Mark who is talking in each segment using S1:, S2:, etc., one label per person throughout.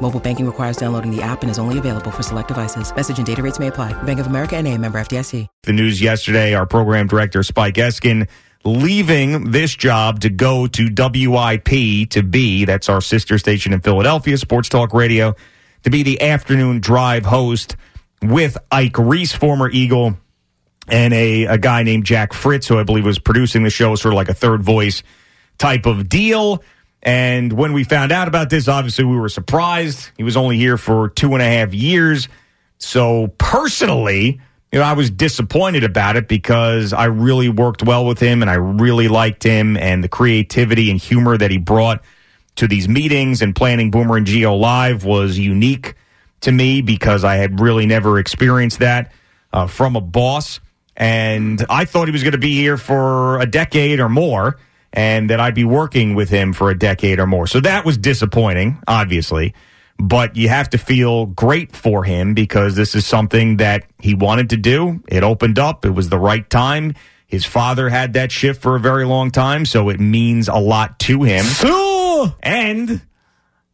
S1: Mobile banking requires downloading the app and is only available for select devices. Message and data rates may apply. Bank of America and a member FDIC.
S2: The news yesterday, our program director, Spike Eskin, leaving this job to go to WIP to be, that's our sister station in Philadelphia, Sports Talk Radio, to be the afternoon drive host with Ike Reese, former Eagle, and a, a guy named Jack Fritz, who I believe was producing the show, sort of like a third voice type of deal. And when we found out about this, obviously we were surprised. He was only here for two and a half years. So personally, you know, I was disappointed about it because I really worked well with him and I really liked him and the creativity and humor that he brought to these meetings and planning Boomer and Geo Live was unique to me because I had really never experienced that uh, from a boss. And I thought he was going to be here for a decade or more and that I'd be working with him for a decade or more. So that was disappointing, obviously but you have to feel great for him because this is something that he wanted to do. It opened up, it was the right time. His father had that shift for a very long time, so it means a lot to him. and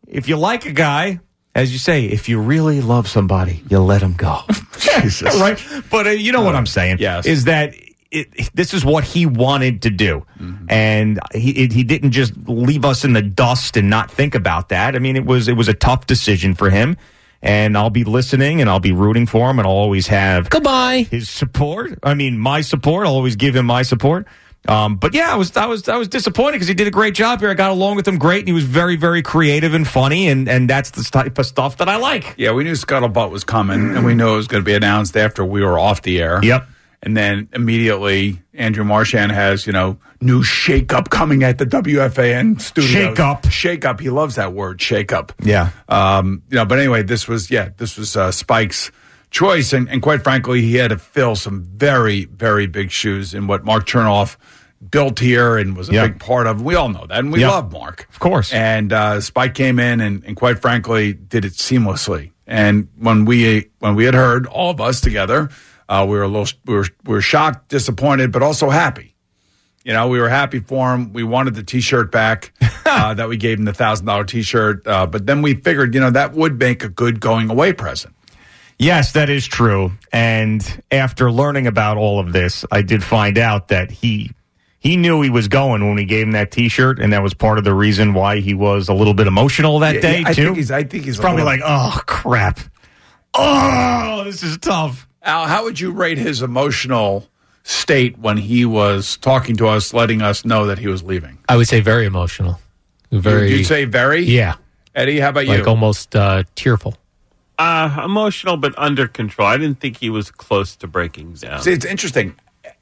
S2: if you like a guy, as you say, if you really love somebody, you let him go. right? But uh, you know uh, what I'm saying?
S3: Yes.
S2: Is that it, this is what he wanted to do, mm-hmm. and he it, he didn't just leave us in the dust and not think about that. I mean, it was it was a tough decision for him, and I'll be listening and I'll be rooting for him, and I'll always have
S4: goodbye
S2: his support. I mean, my support. I'll always give him my support. Um, but yeah, I was I was I was disappointed because he did a great job here. I got along with him great, and he was very very creative and funny, and and that's the type of stuff that I like.
S3: Yeah, we knew Scuttlebutt was coming, and we knew it was going to be announced after we were off the air.
S2: Yep.
S3: And then immediately, Andrew Marshan has, you know, new shakeup coming at the WFAN studio.
S2: Shakeup.
S3: Shakeup. He loves that word, shakeup.
S2: Yeah.
S3: Um, you know, but anyway, this was, yeah, this was uh, Spike's choice. And, and quite frankly, he had to fill some very, very big shoes in what Mark Chernoff built here and was a yeah. big part of. We all know that. And we yeah. love Mark.
S2: Of course.
S3: And uh, Spike came in and, and quite frankly did it seamlessly. And when we when we had heard all of us together, uh, we were a little, we were, we were shocked, disappointed, but also happy. You know, we were happy for him. We wanted the T-shirt back uh, that we gave him the thousand dollar T-shirt, uh, but then we figured, you know, that would make a good going away present.
S2: Yes, that is true. And after learning about all of this, I did find out that he he knew he was going when we gave him that T-shirt, and that was part of the reason why he was a little bit emotional that yeah, day
S3: I
S2: too.
S3: Think he's, I think he's
S2: probably little... like, oh crap, oh this is tough.
S3: Al, how would you rate his emotional state when he was talking to us, letting us know that he was leaving?
S5: I would say very emotional. Very.
S3: You'd, you'd say very.
S5: Yeah.
S3: Eddie, how about
S5: like
S3: you?
S5: almost uh, tearful.
S6: Uh, emotional, but under control. I didn't think he was close to breaking down.
S3: See, it's interesting.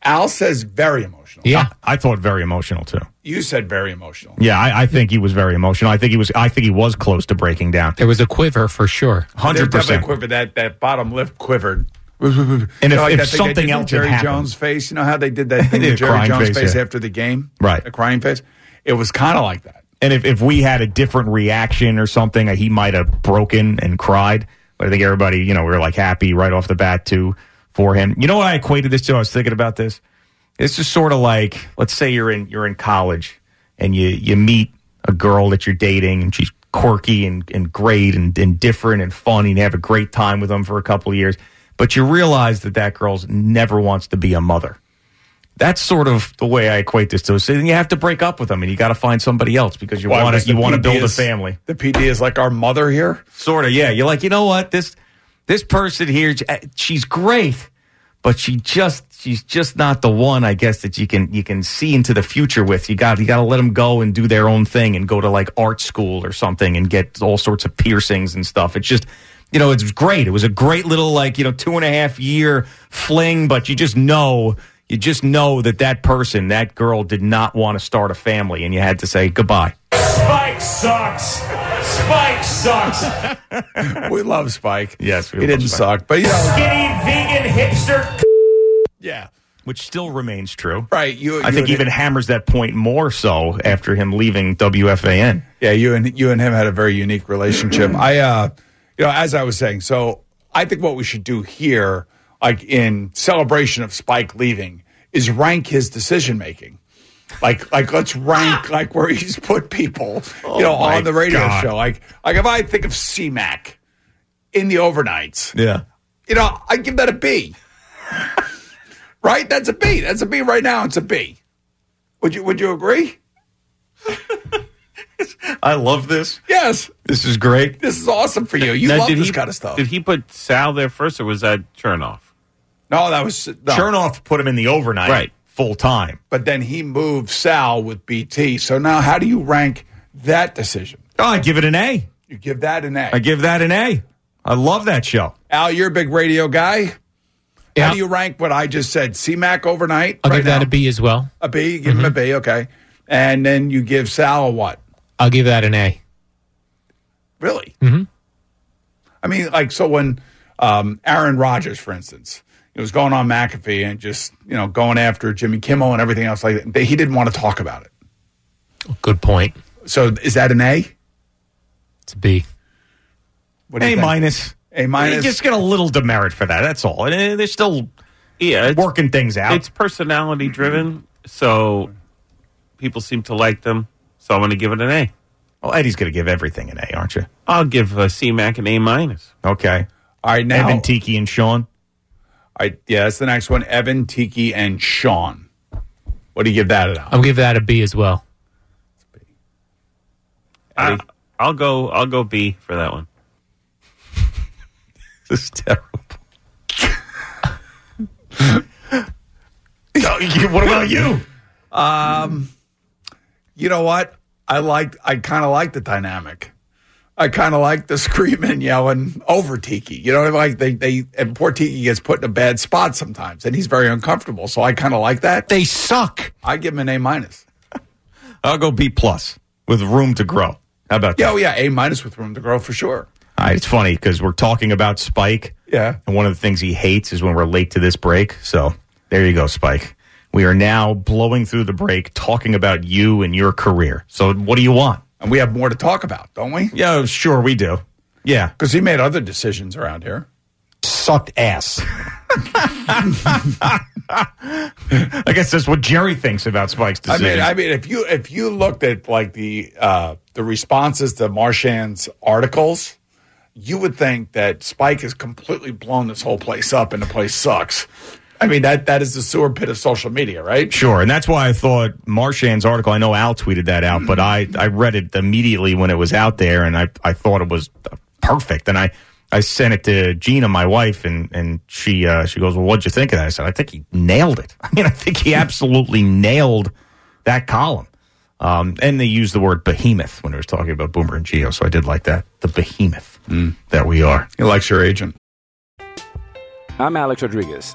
S3: Al says very emotional.
S2: Yeah, I, I thought very emotional too.
S3: You said very emotional.
S2: Yeah, I, I, think he was very emotional. I think he was. I think he was close to breaking down.
S5: There was a quiver for sure.
S2: Hundred percent
S3: quiver. That that bottom lip quivered
S2: and if, know, like if something else
S3: Jerry
S2: happened.
S3: Jones face, you know how they did that thing Jerry Jones face, face yeah. after the game,
S2: right?
S3: A crying face. It was kind of like that.
S2: And if, if we had a different reaction or something, uh, he might have broken and cried. But I think everybody, you know, we were like happy right off the bat too for him. You know what I equated this to? I was thinking about this. This is sort of like let's say you're in you're in college and you you meet a girl that you're dating and she's quirky and, and great and, and different and funny and have a great time with them for a couple of years but you realize that that girl's never wants to be a mother. That's sort of the way I equate this to. So then you have to break up with them, and you got to find somebody else because you want to you want to build
S3: is,
S2: a family.
S3: The PD is like our mother here,
S2: sort of. Yeah, you're like you know what this this person here, she's eh, great, but she just she's just not the one I guess that you can you can see into the future with. You got you got to let them go and do their own thing and go to like art school or something and get all sorts of piercings and stuff. It's just you know it's great. It was a great little like you know two and a half year fling, but you just know. You just know that that person, that girl, did not want to start a family, and you had to say goodbye.
S7: Spike sucks. Spike sucks.
S3: we love Spike.
S2: Yes, we
S3: he
S2: love
S3: didn't
S2: Spike.
S3: suck, but you know,
S7: Skinny vegan hipster.
S3: yeah,
S2: which still remains true.
S3: right. You,
S2: I
S3: you
S2: think
S3: and-
S2: even hammers that point more so after him leaving WFAN.
S3: Yeah, you and you and him had a very unique relationship. I, uh, you know, as I was saying, so I think what we should do here, like in celebration of Spike leaving, is rank his decision making. Like, like let's rank like where he's put people, you know,
S2: Ah! Oh my
S3: on the radio
S2: God.
S3: show. Like, like if I think of CMAC in the overnights,
S2: Yeah.
S3: you know, I give that a B. right? That's a B. That's a B right now. It's a B. Would you Would you agree?
S2: I love this.
S3: Yes.
S2: This is great.
S3: This is awesome for you. You
S6: Now,
S3: love
S6: did
S3: this
S6: he-
S3: kind of stuff.
S6: Did he put Sal there first, or was that Chernoff?
S3: No, that was no.
S2: Chernoff put him in the overnight
S6: Right.
S2: full time.
S3: But then he moved Sal with BT. So now, how do you rank that decision?
S2: Oh, I give it an A.
S3: You give that an A.
S2: I give that an A. I love that show.
S3: Al, you're a big radio guy.
S5: Yeah.
S3: How do you rank what I just said? CMAC overnight.
S5: I'll
S3: right
S5: give that
S3: now?
S5: a B as well. Mm-hmm.
S3: A B. You give him a B. Okay. And then you give Sal a what?
S5: I'll give that an A.
S3: Really? Mm-hmm. I mean, like, so when um, Aaron Rodgers, for instance, it was going on McAfee and just, you know, going after Jimmy Kimmel and everything else like that, they- he didn't want to talk about it.
S5: Good point.
S3: So is that an A?
S5: It's a B.
S3: What do you
S2: A
S3: think?
S2: minus.
S3: A minus.
S2: You just get a little demerit for that. That's all. And uh, they're still
S6: Yeah, it's,
S2: working things out.
S6: it's personality driven, so people seem to like them. So I'm going to give it an A.
S2: oh, Eddie's going to give everything an A, aren't you?
S6: I'll give uh, CMAC an A minus.
S2: Okay.
S3: All right, now.
S2: Evan, Tiki, and Sean.
S3: I yeah, that's the next one. Evan, Tiki, and Sean. What do you give that at?
S5: I'll give that a B as well.
S6: I, I'll go. I'll go B for that one.
S2: This is terrible. No, you- what about you?
S3: You know what? I like. I kind of like the dynamic. I kind of like the screaming, and yelling over Tiki. You know, like they they and poor Tiki gets put in a bad spot sometimes, and he's very uncomfortable. So I kind of like that.
S2: They suck.
S3: I give him an A minus.
S2: I'll go B plus with room to grow. How about
S3: Yeah,
S2: that?
S3: oh yeah, A minus with room to grow for sure.
S2: All right, it's funny because we're talking about Spike.
S3: Yeah.
S2: And one of the things he hates is when we're late to this break. So there you go, Spike. We are now blowing through the break talking about you and your career. So what do you want?
S3: And we have more to talk about, don't we?
S2: Yeah, sure, we do. Yeah.
S3: Because he made other decisions around here.
S2: Sucked ass. I guess that's what Jerry thinks about Spike's
S3: I
S2: decision.
S3: mean, I mean, if you if you looked at like the uh, the responses to Marshan's articles, you would think that Spike has completely blown this whole place up and the place sucks. I mean that that is the sewer pit of social media, right?
S2: Sure, and that's why I thought Marshan's article. I know Al tweeted that out, but I, I read it immediately when it was out there, and I, I thought it was perfect. And I, I sent it to Gina, my wife, and and she uh, she goes, "Well, what'd you think of that?" I said, "I think he nailed it. I mean, I think he absolutely nailed that column." Um, and they used the word behemoth when it was talking about Boomer and Geo, so I did like that. The behemoth
S5: Mm.
S2: that we are.
S3: Mm. He likes your agent.
S8: I'm Alex Rodriguez.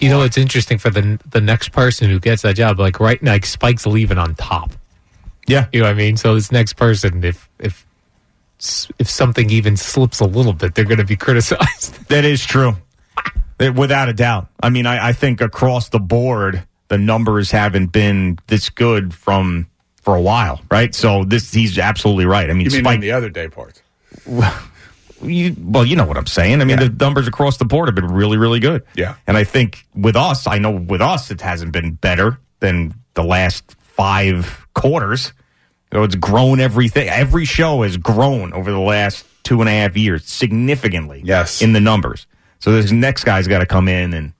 S5: You know, it's interesting for the the next person who gets that job. Like right now, like Spike's leaving on top.
S2: Yeah.
S5: You know what I mean? So this next person, if if s- if something even slips a little bit, they're going to be criticized.
S2: That is true. That- without a doubt. I mean, I, I think across the board, the numbers haven't been this good from for a while, right? So this he's absolutely right. I mean,
S3: You mean
S2: Spike.
S3: in the other day part?
S2: you, well, you know what I'm saying. I mean, the numbers across the board have been really, really good.
S3: Yeah.
S2: And I think with us, I know with us, it hasn't been better than the last five quarters. So it's grown everything. Every show has grown over the last two and a half years significantly. Yes. In the numbers. So this next guy's got to come in and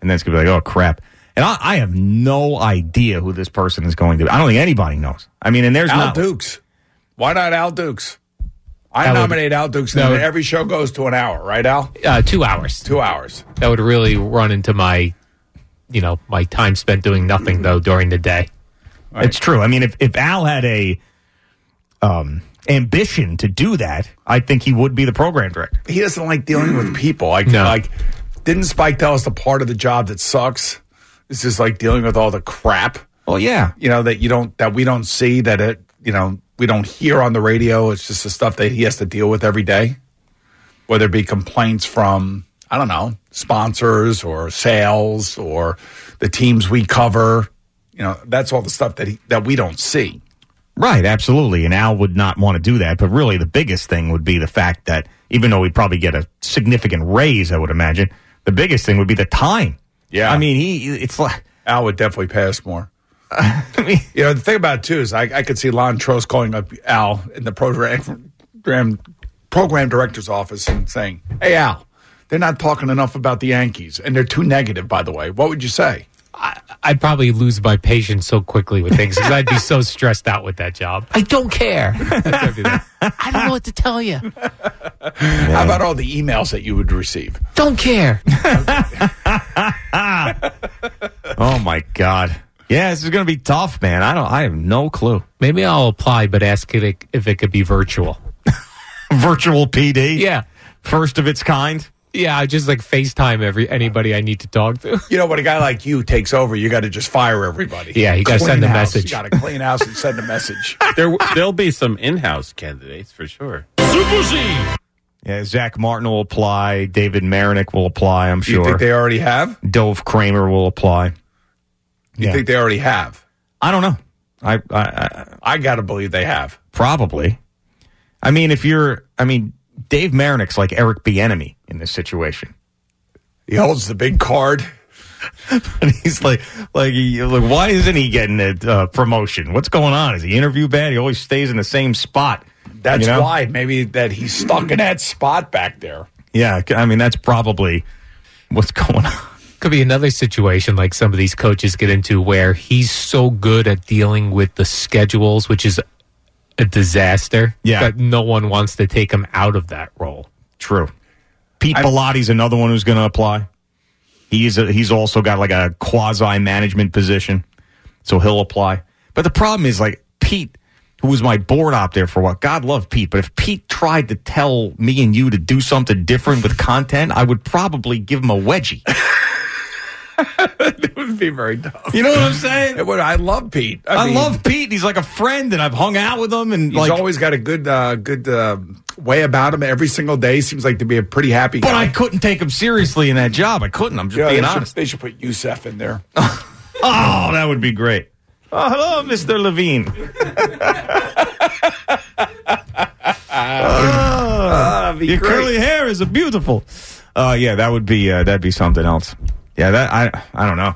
S2: and then it's gonna be like, oh crap. And I, I have no idea who this person is going to. be. I don't think anybody knows. I mean, and there's
S3: Al
S2: not
S3: Dukes. Why not Al Dukes? I
S5: That would-
S3: nominate Al Dukes.
S5: that
S3: And
S5: would-
S3: every show goes to an hour, right, Al?
S5: Uh, two hours.
S3: Two hours.
S5: That would really run into my, you know, my time spent doing nothing though during the day.
S2: It's true. I mean, if, if Al had a um, ambition to do that, I think he would be the program director.
S3: He doesn't like dealing with people. Like, like, didn't Spike tell us the part of the job that sucks? It's just like dealing with all the crap.
S2: Well, yeah.
S3: You know that you don't that we don't see that it you know we don't hear on the radio. It's just the stuff that he has to deal with every day, whether it be complaints from I don't know sponsors or sales or the teams we cover. You know that's all the stuff that he that we don't see.
S2: Right, absolutely. And Al would not want to do that. But really, the biggest thing would be the fact that even though he'd probably get a significant raise, I would imagine, the biggest thing would be the time.
S3: Yeah.
S2: I mean, he it's like
S3: Al would definitely pass more. you know, the thing about it too is I, I could see Lon Trost calling up Al in the program program director's office and saying, "Hey, Al, they're not talking enough about the Yankees, and they're too negative." By the way, what would you say?
S5: I'd probably lose my patience so quickly with things because I'd be so stressed out with that job. I don't care. I don't know what to tell you.
S3: How about all the emails that you would receive?
S5: Don't care.
S2: oh my god. Yeah, this is going to be tough, man. I don't. I have no clue.
S5: Maybe I'll apply, but ask it if it could be virtual.
S2: Virtual PD.
S5: Yeah.
S2: First of its kind.
S5: Yeah, I just like FaceTime every anybody I need to talk to.
S3: You know, when a guy like you takes over, you got to just fire everybody.
S5: Yeah, you gotta
S3: Clean
S5: send a
S3: house.
S5: message.
S3: You got to clean house and send a message.
S6: There, there'll be some in-house candidates for sure.
S2: Yeah, Zach Martin will apply. David Marinick will apply. I'm
S3: You
S2: sure.
S3: think they already have?
S2: Dove Kramer will apply.
S3: You think they already have?
S2: I don't know. I, I, I
S3: I got to believe they have.
S2: Probably. I mean, if you're, I mean, Dave Marinick's like Eric Bieniemy in this situation.
S3: He holds the big card.
S2: And he's like, like, he, like why isn't he getting a uh, promotion? What's going on? Is he interview bad? He always stays in the same spot.
S3: That's
S2: you know?
S3: why maybe that he's stuck in that spot back there.
S2: Yeah, I mean, that's probably what's going on.
S5: Could be another situation like some of these coaches get into where he's so good at dealing with the schedules, which is a disaster.
S2: Yeah.
S5: That no one wants to take him out of that role.
S2: True. Pete Pilotti's another one who's going to apply. He's a, he's also got like a quasi management position, so he'll apply. But the problem is like Pete, who was my board op there for what? God love Pete, but if Pete tried to tell me and you to do something different with content, I would probably give him a wedgie.
S3: It would be very tough.
S2: You know what I'm saying?
S3: It would, I love Pete.
S2: I,
S3: mean,
S2: love Pete. He's like a friend, and I've hung out with him, and
S3: He's
S2: like,
S3: always got a good, uh, good uh, way about him. Every single day seems like to be a pretty happy
S2: but
S3: guy.
S2: I couldn't take him seriously in that job. I couldn't. I'm just
S3: Yeah,
S2: being
S3: they should-
S2: honest.
S3: they should put Yusef in there.
S2: Oh, that would be great. Oh, hello, Mr. Levine. Ah, your curly hair is a beautiful. Uh, yeah, that would be uh, that'd be something else. Yeah, that I I don't know,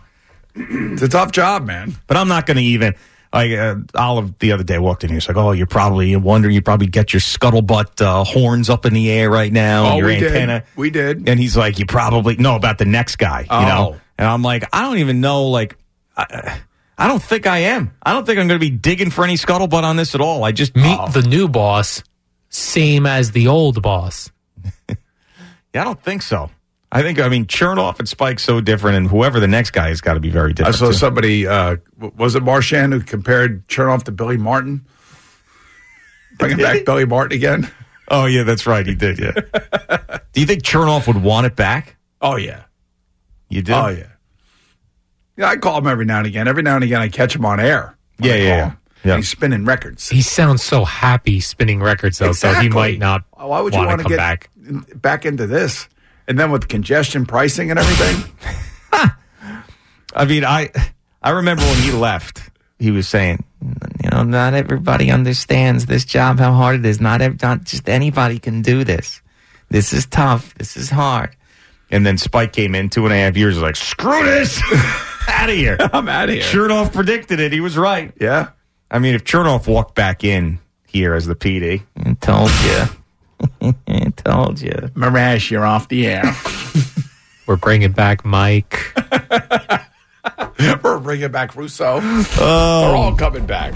S3: It's a tough job, man.
S2: but I'm not going to even. Like uh, Olive the other day walked in here. She's like, "Oh, you're probably wondering. You probably get your scuttlebutt uh, horns up in the air right now, and your
S3: Oh, we
S2: antenna."
S3: did. We did.
S2: and he's like, "You probably know about the next guy, you know."
S3: Oh.
S2: And I'm like, "I don't even know. Like, I, I don't think I am. I don't think I'm going to be digging for any scuttlebutt on this at all. I just oh."
S5: Meet the new boss, same as the old boss.
S2: Yeah, I don't think so. I think I mean Chernoff and Spike's so different, and whoever the next guy has got to be
S3: I
S2: very different.
S3: saw
S2: too.
S3: somebody. Uh, w- was it Marshan who compared Chernoff to Billy Martin? Bringing back Billy Martin again?
S2: oh yeah, that's right. He did. Yeah. do you think Chernoff would want it back?
S3: Oh yeah.
S2: You do.
S3: Oh yeah. Yeah, I call him every now and again. Every now and again, I catch him on air. when
S2: Yeah,
S3: I
S2: yeah,
S3: call
S2: yeah.
S3: him.
S2: Yeah.
S3: He's spinning records.
S5: He sounds so happy spinning records though, so he
S3: Exactly. Oh,
S5: might not
S3: Why would you
S5: want
S3: wanna
S5: to come
S3: get
S5: back.
S3: back into this? And then with congestion pricing and everything,
S2: I mean, I I remember when he left, he was saying, you know, not everybody understands this job, how hard it is. Not, ev- not just anybody can do this. This is tough. This is hard. And then Spike came in two and a half years, like, screw this. out of here.
S3: I'm out of here.
S2: Chernoff predicted it. He was right.
S3: Yeah.
S2: I mean, if Chernoff walked back in here as the PD, I told you. I told you.
S3: Mirage, you're off the air.
S5: We're bringing back Mike.
S3: We're bringing back Russo. We're all coming back.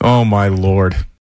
S2: Oh, my Lord.